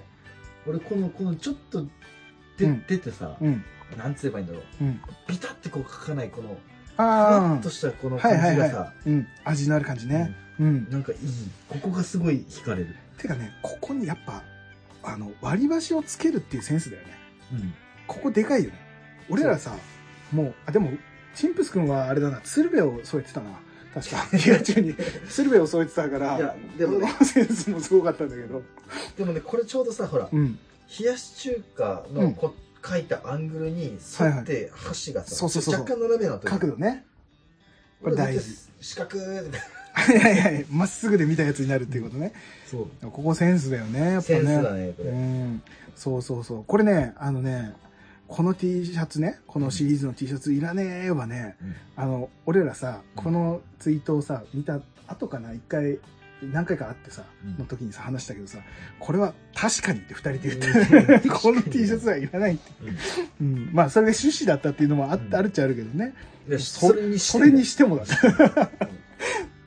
Speaker 2: 俺この、このちょっとで
Speaker 1: うん
Speaker 2: 出てさ
Speaker 1: う、ん
Speaker 2: なんつえばいいんだろう。
Speaker 1: うん、
Speaker 2: ビタってこう書かない、この、ふわ
Speaker 1: あ
Speaker 2: っとしたこの
Speaker 1: は
Speaker 2: 感
Speaker 1: いはい
Speaker 2: じ
Speaker 1: は
Speaker 2: が
Speaker 1: い
Speaker 2: さ、
Speaker 1: あ、うん、味のある感じね、うん
Speaker 2: なんかいい。ここがすごい惹かれる。
Speaker 1: てかねここにやっぱあの割り箸をつけるっていうセンスだよね
Speaker 2: うん。
Speaker 1: ここでかいよね俺らさもうあでもチンプス君はあれだな鶴瓶を添えてたな確か 冷や中に鶴瓶を添えてたから
Speaker 2: いや、でもね、
Speaker 1: このセンスもすごかったんだけど。
Speaker 2: でもね、これちょうどさ、ほら、
Speaker 1: うん。
Speaker 2: 冷やし中華
Speaker 1: うん
Speaker 2: のこ、書いたアングルに沿って箸がさ、
Speaker 1: そうそうそうそう
Speaker 2: 若干斜めなと
Speaker 1: 角度ね。こ
Speaker 2: こ
Speaker 1: れ
Speaker 2: れ
Speaker 1: 大
Speaker 2: 大
Speaker 1: 事
Speaker 2: 事。四角ー
Speaker 1: はいはいはい。まっすぐで見たやつになるっていうことね。
Speaker 2: そ
Speaker 1: こ
Speaker 2: う
Speaker 1: こセンスだよね、やっぱ
Speaker 2: セ
Speaker 1: ね。
Speaker 2: ンスだねこ
Speaker 1: う
Speaker 2: れ、
Speaker 1: ん。そうそうそう。これね、あのね、この T シャツね、このシリーズの T シャツいらねえはね、あの、俺らさ、このツイートをさ、見た後かな、一回、何回か会ってさ、
Speaker 2: うん
Speaker 1: の時にさ、話したけどさ、これは確かにって二人で言って、
Speaker 2: うん
Speaker 1: この T シャツはいらないって。うん。まあ、それが趣旨だったっていうのもあ,、
Speaker 2: うん
Speaker 1: あるっちゃあるけどね。
Speaker 2: で
Speaker 1: そ
Speaker 2: それにして
Speaker 1: それにしてもだね。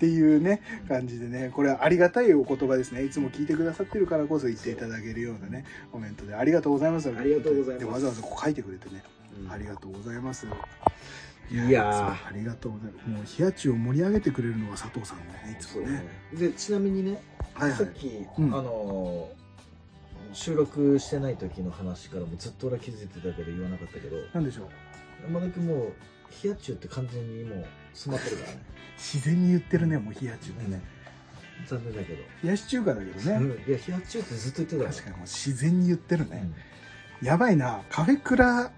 Speaker 1: っっていうね感じでねこれはありがたいお言葉ですねいつも聞いてくださってるからこそ言っていただけるようなねコメントでありがとうございます
Speaker 2: ありがとうございます
Speaker 1: でわざわざこう書いてくれてね
Speaker 2: うん
Speaker 1: ありがとうございます
Speaker 2: いやー
Speaker 1: そうありがとうございますもう冷や中を盛り上げてくれるのが佐藤さんだよねいつ
Speaker 2: そ
Speaker 1: も
Speaker 2: う
Speaker 1: ね
Speaker 2: ねでちなみにね
Speaker 1: はいは
Speaker 2: さ
Speaker 1: い
Speaker 2: っき、
Speaker 1: うん
Speaker 2: あのー収録してない時の話からもずっと俺は気づいてたけど言わなかったけど
Speaker 1: なんでしょう
Speaker 2: 山田君もう冷や中って完全にもう詰まってるからね
Speaker 1: 自然に言ってるねもう冷や中ってね
Speaker 2: 残念だけど、
Speaker 1: 冷やし中華だけど
Speaker 2: う
Speaker 1: ね
Speaker 2: んいや冷や中ってずっと言ってた
Speaker 1: 確かにもう自然に言ってるね
Speaker 2: ね、
Speaker 1: やばいなカフェクラ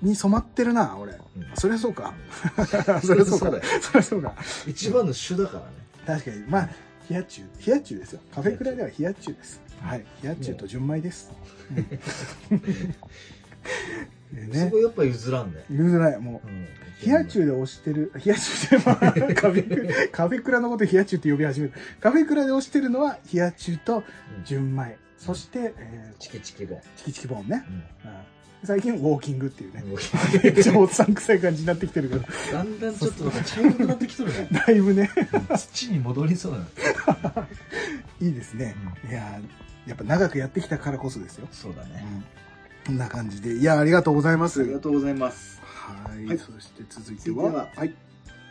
Speaker 1: に染まってるな俺
Speaker 2: うんうん
Speaker 1: そりゃそう か
Speaker 2: そ
Speaker 1: そ
Speaker 2: れ
Speaker 1: りゃそ
Speaker 2: はそ
Speaker 1: うう
Speaker 2: だ
Speaker 1: か
Speaker 2: よ
Speaker 1: そりゃそうか
Speaker 2: 一番の主だからね
Speaker 1: 確かにまあ冷や中冷や中ですよカフェクラでは冷や中ですはい冷や中と純米です、うん、で
Speaker 2: そ
Speaker 1: ね
Speaker 2: こやっぱ譲らんね、
Speaker 1: 譲らないもう
Speaker 2: うん、
Speaker 1: 冷や中で推してる、冷や中で、まあ、カフェク、カフェクラのこと冷や中って呼び始めた。カフェクラで推してるのは、冷や中と
Speaker 2: うん
Speaker 1: 純米。そして、え
Speaker 2: チキチキで、
Speaker 1: ー、チキチキボーンね。
Speaker 2: うん
Speaker 1: うん最近、ウォーキングっていうね。めっちゃ
Speaker 2: だ
Speaker 1: おっさん臭い感じになってきてるけど、
Speaker 2: んだんちょっとなんか茶色くなってきとるね
Speaker 1: だいぶね、
Speaker 2: 土に戻りそうだな、
Speaker 1: いいですね。いやーやっぱ長くやってきたからこそですよ。
Speaker 2: そうだ
Speaker 1: う
Speaker 2: ね
Speaker 1: ん。こんな感じで。いやーありがとうございま
Speaker 4: あ
Speaker 1: す。
Speaker 4: りがとうございます。
Speaker 1: はい,、
Speaker 4: はい
Speaker 1: そして続いては。
Speaker 4: 続いてはい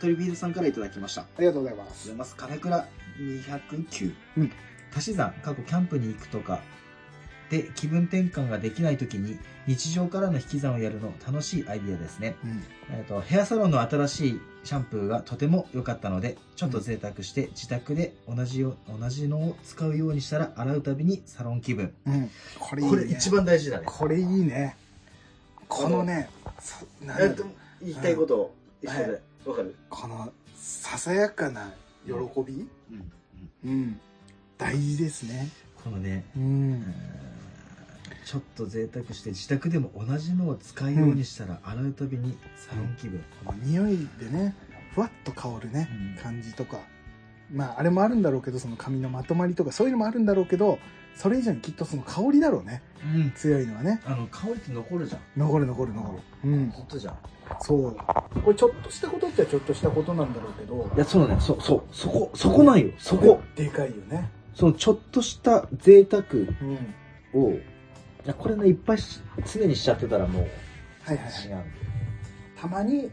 Speaker 4: トリフィールさんからいただきました。あり
Speaker 1: ありがとうございま
Speaker 4: がとうござ
Speaker 1: す。
Speaker 4: います。カフェクラ209。
Speaker 1: うん
Speaker 4: 足し算、過去キャンプに行くとか、で、気分転換ができないときに、日常からの引き算をやるの楽しいアイディアですね。
Speaker 1: うん。
Speaker 4: えっと、ヘアサロンの新しいシャンプーがとても良かったので、ちょっと贅沢して自宅で同じよ、同じのを使うようにしたら洗うたびにサロン気分。
Speaker 1: うん。これいいね。
Speaker 2: これ一番大事だね
Speaker 1: これいいね。このね、さなんだ
Speaker 2: え
Speaker 1: ろ
Speaker 2: っ
Speaker 1: う
Speaker 2: と言いたいことを一緒でわ、かる
Speaker 1: このささやかな喜び、
Speaker 4: うん
Speaker 1: うん、大事ですね。
Speaker 4: このね、
Speaker 1: う。
Speaker 4: うんちょっと贅沢して自宅でも同じのを使いようにしたら洗うたびにサロン気分。
Speaker 1: この匂いでね、ふわっと香るね、
Speaker 4: うん
Speaker 1: 感じとか。まあ、あれもあるんだろうけど、その髪のまとまりとか、そういうのもあるんだろうけど、それ以上にきっとその香りだろうね。
Speaker 4: うん
Speaker 1: 強いのはね。
Speaker 4: あの、香りって残るじゃん。
Speaker 1: 残る残る残る。うん。
Speaker 4: 本当じゃん。
Speaker 1: そう。これちょっとしたことっちゃちょっとしたことなんだろうけど
Speaker 4: い、や、そうね。そう、そう。そこ、そこなんよ。そこ。
Speaker 1: でかいよね。
Speaker 4: その、ちょっとした贅沢
Speaker 1: うん。
Speaker 4: を、いや、これね、いっぱいし常にしちゃってたらもう、
Speaker 1: はいはいはい。
Speaker 4: 違うんだよ。
Speaker 1: たまに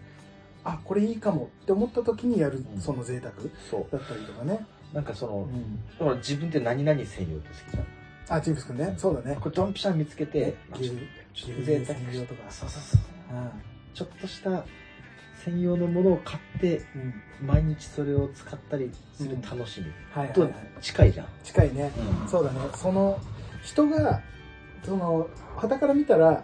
Speaker 1: あこれいいかもって思った時にやる
Speaker 4: うん
Speaker 1: その贅沢
Speaker 4: そ
Speaker 1: だったりとかね、
Speaker 4: う。なんかその、
Speaker 1: うん、
Speaker 4: だから自分って何々専用って好きじゃん。
Speaker 1: あチーフス君ねそうだね
Speaker 4: これドンピシャ見つけて、あ
Speaker 1: 牛
Speaker 4: ちょっとちょっと
Speaker 1: 牛
Speaker 4: 贅
Speaker 1: 乳
Speaker 4: 沢
Speaker 1: 専用とか
Speaker 4: そうそうそう。
Speaker 1: う
Speaker 4: ちょっとした専用のものを買って、
Speaker 1: ん、うん、
Speaker 4: 毎日それを使ったりする楽しみ
Speaker 1: はいはい、は
Speaker 4: と
Speaker 1: い、
Speaker 4: 近いじゃん。
Speaker 1: 近いねそうだねその人がその傍から見たら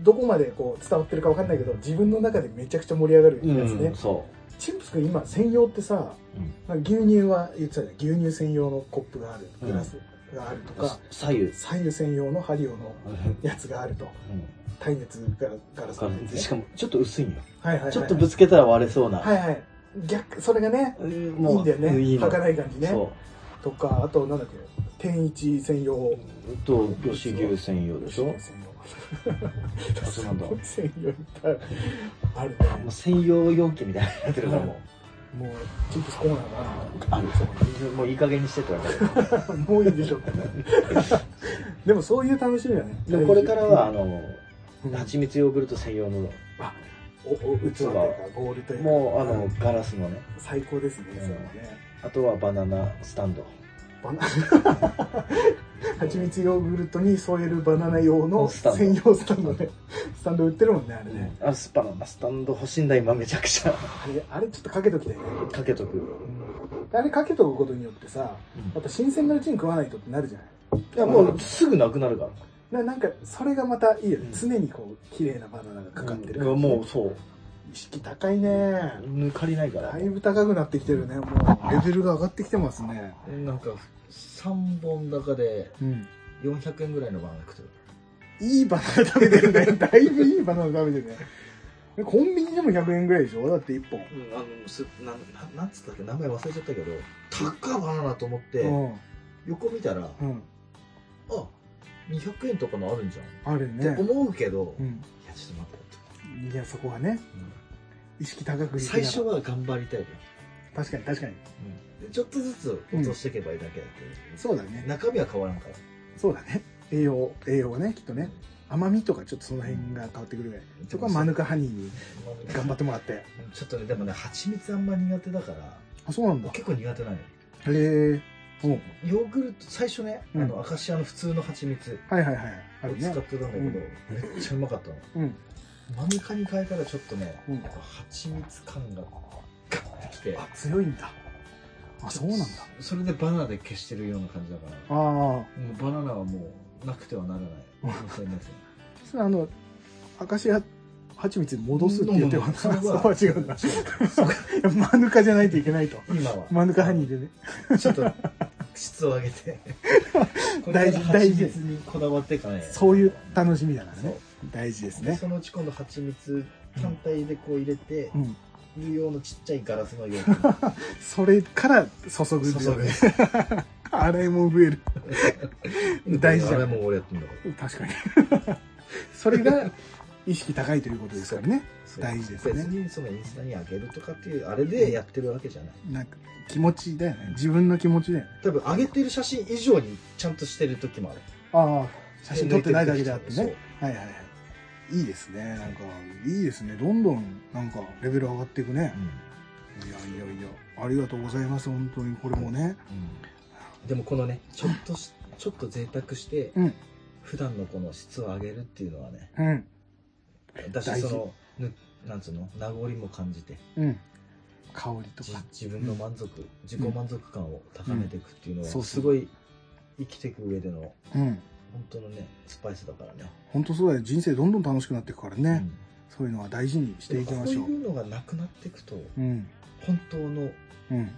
Speaker 1: どこまでこう伝わってるかわかんないけど自分の中でめちゃくちゃ盛り上がる
Speaker 4: うん。
Speaker 1: やつね、
Speaker 4: そ
Speaker 1: チンプス君今専用ってさ、
Speaker 4: うん
Speaker 1: なんか牛乳は言ってたじゃん牛乳専用のコップがあるグラスがあると
Speaker 4: う
Speaker 1: か、。
Speaker 4: 左右。
Speaker 1: 左右専用のハリオの
Speaker 4: うん
Speaker 1: やつがあると耐熱ガラガラスのやつ
Speaker 4: し
Speaker 1: ね
Speaker 4: かもちょっと薄いんよ、
Speaker 1: はいはいはい
Speaker 4: ちょっとぶつけたら割れそうな、
Speaker 1: はいはい逆それがね
Speaker 4: うん
Speaker 1: いいんだよね
Speaker 4: いいの
Speaker 1: 儚い感じね
Speaker 4: そ
Speaker 1: とかあとなんだっけ天一専用
Speaker 4: ううんと吉牛専用でしょ
Speaker 1: 専
Speaker 4: あ
Speaker 1: 用
Speaker 4: そうなんだ
Speaker 1: すごい専用いっぱいあるね
Speaker 4: もう専用容器みたいになってるからも
Speaker 1: もうチップスコーナー
Speaker 4: あるうもういい加減にしてって言われた
Speaker 1: がある もういいでしょでもそういう楽しみだね
Speaker 4: でもこれからはあの
Speaker 1: うん
Speaker 4: 蜂蜜ヨーグルト専用の
Speaker 1: おお器というかボールというか
Speaker 4: もうあのガラスのね
Speaker 1: 最高ですね
Speaker 4: うん
Speaker 1: それはね
Speaker 4: あとはバナナスタンド
Speaker 1: バナ 蜂蜜ヨーグルトに添えるバナナ用の
Speaker 4: スタンド
Speaker 1: 専用スタンドねスタンド売ってるもんねあれね、
Speaker 4: あスパナナスタンド欲しいんだ今めちゃく ちゃ
Speaker 1: あれあれちょっとかけときたいね、
Speaker 4: かけとく
Speaker 1: あれかけとくことによってさやっぱ新鮮なうちに食わないとってなるじゃない
Speaker 4: いやもうすぐなくなるから
Speaker 1: ななんかそれがまたいいよね、
Speaker 4: うん
Speaker 1: 常にこう綺麗なバナナがかかってる
Speaker 4: うんいやもうそう
Speaker 1: 意識高いね、
Speaker 4: 抜かりないから
Speaker 1: だいぶ高くなってきてるねもうレベルが上がってきてますね
Speaker 2: なんか3本高で
Speaker 1: うん
Speaker 2: 400円ぐらいのバナナ食ってる
Speaker 1: いいバナナ食べてるね だいぶいいバナナ食べてるねコンビニでも100円ぐらいでしょだって1本
Speaker 2: うん、あのすなななんつったっけ名前忘れちゃったけど高いバナナと思って、横見たらあ
Speaker 1: うん、うん、
Speaker 2: 200円とかのあるんじゃん、
Speaker 1: ある
Speaker 2: って
Speaker 1: ね
Speaker 2: 思うけど、
Speaker 1: う
Speaker 2: い
Speaker 1: ん
Speaker 2: やちょっと待っ
Speaker 1: い
Speaker 2: て、
Speaker 1: やそこはね
Speaker 2: うん
Speaker 1: 意識高く
Speaker 2: 最初は頑張りたいよ
Speaker 1: 確かに確かに
Speaker 2: でちょっとずつ落としていけばいいだけだけど、
Speaker 1: そうだね
Speaker 2: 中身は変わらんから
Speaker 1: そうだね栄養栄養がねきっとね甘みとかちょっとその辺が変わってくるぐらいそこはマヌカハニーに頑張ってもらって
Speaker 2: ちょっとねでもね蜂蜜あんま苦手だから
Speaker 1: あそうなんだへ
Speaker 2: 結構苦手なのよ
Speaker 1: えうん
Speaker 2: ヨーグルト最初ね、
Speaker 1: うん
Speaker 2: あのアカシアの普通の蜂蜜
Speaker 1: はいはいはいあ
Speaker 2: を
Speaker 1: る
Speaker 2: 使っ
Speaker 1: ね
Speaker 2: てたんだけど、めっちゃうまかったの
Speaker 1: うん
Speaker 2: マヌカに変えたらちょっとね、
Speaker 1: うん
Speaker 2: やっぱ蜂蜜感がガッてきて
Speaker 1: あ強いんだあそうなんだ
Speaker 2: それでバナナで消してるような感じだから
Speaker 1: ああ
Speaker 2: もうバナナはもうなくてはならない
Speaker 1: うん
Speaker 2: それ
Speaker 1: それあのアカシア蜂蜜に戻すって言ってもそこは違うんだいやマヌカじゃないといけないと
Speaker 2: 今は
Speaker 1: マヌカハニーでね
Speaker 2: ちょっと質を上げて
Speaker 1: 大事大事
Speaker 2: ですにこだわっていかない
Speaker 1: そういう楽しみだから
Speaker 2: そう
Speaker 1: ね大事です
Speaker 2: で
Speaker 1: ね
Speaker 2: そのうち今度蜂蜜単体でこう入れて
Speaker 1: う、ん
Speaker 2: 有用のちっちゃいガラスの容器に
Speaker 1: それから注ぐんだ
Speaker 2: 注
Speaker 1: よね洗いも増える
Speaker 2: ぐ
Speaker 1: 大事だ
Speaker 2: あれも俺やってんだから
Speaker 1: 確かに それが意識高いということですからね
Speaker 2: そう
Speaker 1: 大事ですね
Speaker 2: 別にそのインスタにあげるとかっていうあれでやってるわけじゃない
Speaker 1: なんか気持ちだよね自分の気持ちだよね
Speaker 2: 多分上げてる写真以上にちゃんとしてる時もある
Speaker 1: ああ写真撮ってないだけであって
Speaker 2: そう
Speaker 1: ねはいはいはいいいですねなんかいいですねどんどんなんかレベル上がっていくね
Speaker 2: うん
Speaker 1: いやいやいやありがとうございます本当にこれもね
Speaker 2: うんでもこのねちょっとしちょっと贅沢して、
Speaker 1: うん
Speaker 2: 普段のこの質を上げるっていうのはね
Speaker 1: うん
Speaker 2: だ
Speaker 1: 大
Speaker 2: し
Speaker 1: 事
Speaker 2: そのぬなんつうの名残も感じて
Speaker 1: うん香りと
Speaker 2: じ
Speaker 1: か
Speaker 2: 自分の満足、自己満足感を高めていくっていうの
Speaker 1: うん
Speaker 2: は、
Speaker 1: そうそ
Speaker 2: す
Speaker 1: う
Speaker 2: ごい生きていく上での
Speaker 1: うん
Speaker 2: 本当のねスパイスだからね
Speaker 1: 本当そうだよ人生どんどん楽しくなっていくからね、
Speaker 2: うん
Speaker 1: そういうのは大事にしていきましょう
Speaker 2: でもこういうのがなくなっていくと
Speaker 1: うん
Speaker 2: 本当の
Speaker 1: うん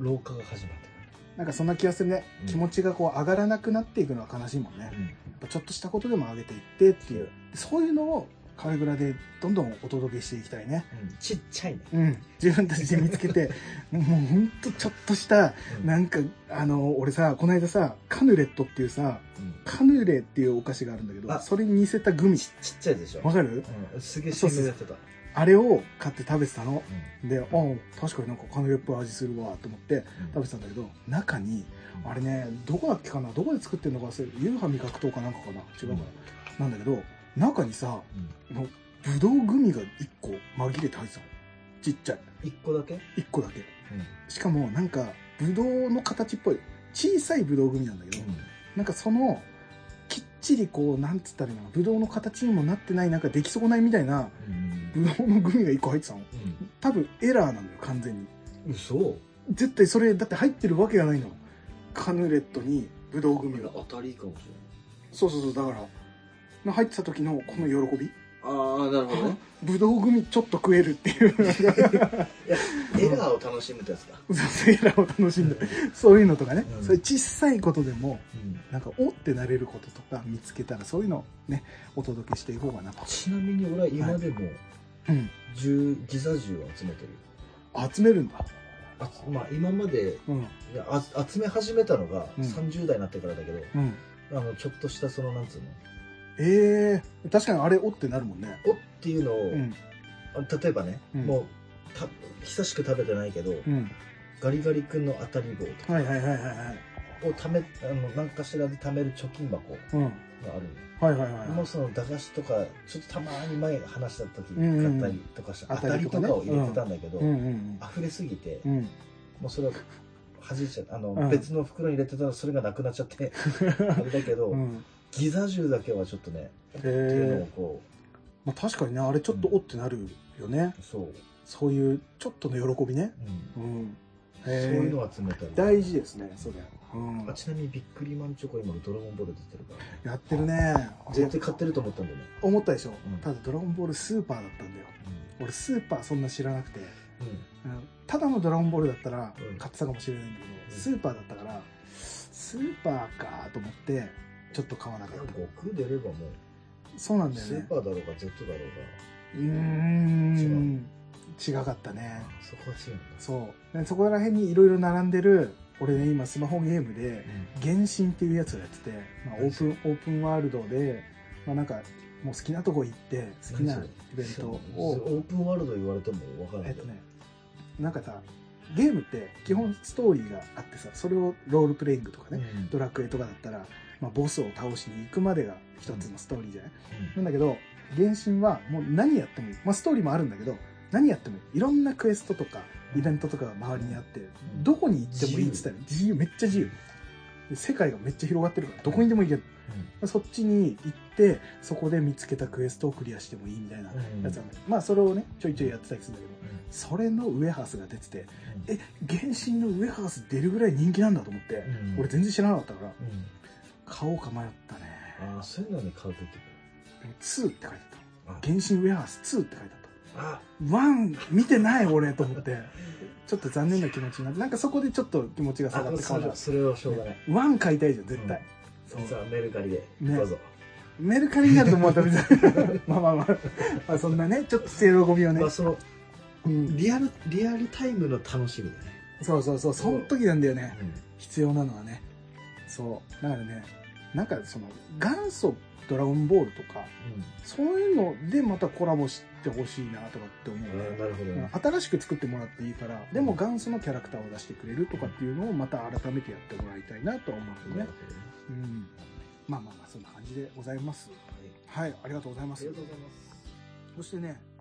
Speaker 2: 老化が始まって
Speaker 1: なんかそんな気がするね、
Speaker 2: うん
Speaker 1: 気持ちがこう上がらなくなっていくのは悲しいもんね、
Speaker 2: く
Speaker 1: や
Speaker 2: る、
Speaker 1: っぱちょっとしたことでも上げていってっていうそういうのをカフェグラでどんどんお届けしていきたいね
Speaker 2: うんちっちゃいね、
Speaker 1: うん自分たちで見つけ てもうほんとちょっとした
Speaker 2: うん
Speaker 1: なんかあの俺さこの間さカヌレットっていうさ
Speaker 2: うん
Speaker 1: カヌレっていうお菓子があるんだけど
Speaker 2: あ
Speaker 1: それに似せたグミ
Speaker 2: ちちっちゃいでしょ、
Speaker 1: わかる
Speaker 2: うん、すげえ CM やってた
Speaker 1: あれを買って食べてたの
Speaker 2: うん
Speaker 1: であ確かになんかカヌレっぽい味するわと思って食べてたんだけど中にあれねどこだっけかなどこで作ってるのか忘れる夕飯味覚糖かなんかかな違うかな、なんだけど中にさのぶどうグミが1個紛れて入ってたのちっちゃい
Speaker 2: 一個だけ、
Speaker 1: 1個だけしかもなんかぶどうの形っぽい小さいぶどうグミなんだけど、なんかそのきっちりこうなんつったらいいのかなぶどうの形にもなってないなんか出来損ないみたいなぶどうのグミが1個入ってたの多分エラーなんだよ完全に
Speaker 2: 嘘
Speaker 1: 絶対それだって入ってるわけがないのカヌレットにぶどうグミが
Speaker 2: 当たりかもし
Speaker 1: そうそうそうだからの入ってた時のこの喜び
Speaker 2: れないああなるほどね
Speaker 1: ぶどうグミちょっと食えるっていう
Speaker 2: エラーを楽しむってやつか
Speaker 1: セーラーを楽しんだそういうのとかね、
Speaker 2: うん
Speaker 1: そういう小さいことでもなんかおってなれることとか見つけたらそういうのをねお届けしていこうかなと、
Speaker 2: ちなみに俺は今でも
Speaker 1: うん、
Speaker 2: 銃ギザ銃を集めてる
Speaker 1: 集めるんだ、
Speaker 2: あつまあ今まで
Speaker 1: うん
Speaker 2: いやあ集め始めたのが
Speaker 1: うん
Speaker 2: 30代になってからだけど、
Speaker 1: うん、
Speaker 2: あのちょっとしたそのなんつうの
Speaker 1: えー、確かにあれおってなるもんね
Speaker 2: おっていうのを、
Speaker 1: うん
Speaker 2: あ例えばね、
Speaker 1: うん
Speaker 2: もうた久しく食べてないけど、
Speaker 1: うん
Speaker 2: ガリガリ君の当たり棒とか
Speaker 1: はいはいはいはいはい
Speaker 2: を貯めあの何かしらで貯める貯金箱が
Speaker 1: うん
Speaker 2: あるのよ
Speaker 1: はいはいはい
Speaker 2: も
Speaker 1: は
Speaker 2: う
Speaker 1: い
Speaker 2: その駄菓子とかちょっとたまに前話した時
Speaker 1: うんうん
Speaker 2: 買ったりとかし
Speaker 1: 当
Speaker 2: た当
Speaker 1: た
Speaker 2: た
Speaker 1: りと
Speaker 2: り
Speaker 1: か
Speaker 2: と
Speaker 1: ね
Speaker 2: かを入れてたんだけど、
Speaker 1: うんうん
Speaker 2: 溢れすぎて、
Speaker 1: うんうん
Speaker 2: もうそれを弾いちゃあの、
Speaker 1: うん
Speaker 2: 別の袋に入れてたらそれがなくなっちゃってあれだけど、
Speaker 1: うん
Speaker 2: ギザ銃だけはちょっとね
Speaker 1: へ
Speaker 2: っていうの
Speaker 1: え
Speaker 2: をこ
Speaker 1: まあ、確かにねあれちょっとおってなるよね、
Speaker 2: うそう、
Speaker 1: そういうちょっとの喜びね
Speaker 2: うん
Speaker 1: うん
Speaker 2: そういうのを集めたり
Speaker 1: 大事ですねそれ、うん
Speaker 2: あ、ちなみにビックリマンチョコ今のドラゴンボール出てるからね
Speaker 1: やってるね
Speaker 2: 絶対買ってると思ったんだよね、
Speaker 1: 思ったでしょ、
Speaker 2: うん
Speaker 1: ただ「ドラゴンボールスーパー」だったんだよ俺スーパーそんな知らなくて、
Speaker 2: うんうん
Speaker 1: うんただの「ドラゴンボール」だったら
Speaker 2: うん
Speaker 1: 買ってたかもしれないんだけど、
Speaker 2: ん
Speaker 1: スーパーだったからスーパーかと思ってちょっと買わなかった
Speaker 2: 悟空出ればもう
Speaker 1: そうなんだよ
Speaker 2: スー
Speaker 1: ね
Speaker 2: パーだろうが Z だろう
Speaker 1: うーん違かったね
Speaker 2: がそこは強いんだ
Speaker 1: そうでそこら辺にいろいろ並んでる俺ね今スマホゲームで、原神っていうやつをやってて、まあ、オープンオープンワールドで、まあ、なんかもう好きなとこ行って好きなイベント
Speaker 2: オ
Speaker 1: を
Speaker 2: ープンワールド言われても分から
Speaker 1: え
Speaker 2: な
Speaker 1: っ
Speaker 2: い
Speaker 1: とねなんかさゲームって基本ストーリーがあってさそれをロールプレイングとかね、
Speaker 2: うん
Speaker 1: ドラクエとかだったら、まあ、ボスを倒しに行くまでが一つのストーリーじゃない、なんだけど原神はもう何やってもいい、まあ、ストーリーもあるんだけど何やってもいいいろんなクエストとかイベントとかが周りにあってどこに行ってもいいっつったら自由めっちゃ自由で世界がめっちゃ広がってるからどこにでも行ける、そっちに行ってそこで見つけたクエストをクリアしてもいいみたいなやつなんだけどまあそれをねちょいちょいやってたりするんだけどそれのウエハースが出ててえ原神のウエハース出るぐらい人気なんだと思って、俺全然知らなかったから買おうか迷ったね
Speaker 2: ああそういうのに買うとき
Speaker 1: でも2って書いてあった
Speaker 2: あ
Speaker 1: 原神ウェアハース2って書いてあった
Speaker 2: あ
Speaker 1: ワン見てない俺と思ってちょっと残念な気持ちになってなんかそこでちょっと気持ちが下が
Speaker 2: あ
Speaker 1: って
Speaker 2: それそれはしょうがない
Speaker 1: ワン買いたいじゃん絶対、
Speaker 2: 実はメルカリで
Speaker 1: ね
Speaker 2: どうぞ
Speaker 1: メルカリになるとまた別に まあまあまあまあそんなねちょっと喜びをね
Speaker 2: まあ、その
Speaker 1: うん、
Speaker 2: リアルリアルタイムの楽しみだね
Speaker 1: そうそうそうその時なんだよね
Speaker 2: うん
Speaker 1: 必要なのはねそうだからねなんかその元祖ドラゴンボールとかそういうのでまたコラボしてほしいなとかって思うね、
Speaker 2: あーなるほどね
Speaker 1: 新しく作ってもらっていいからでも元祖のキャラクターを出してくれるとかっていうのをまた改めてやってもらいたいなとは思うんだ
Speaker 2: な
Speaker 1: よね、
Speaker 2: るほどね
Speaker 1: うん、まあまあまあそんな感じでございます
Speaker 2: はい
Speaker 1: はいありがとうございます
Speaker 2: ありがとうございます
Speaker 1: そしてね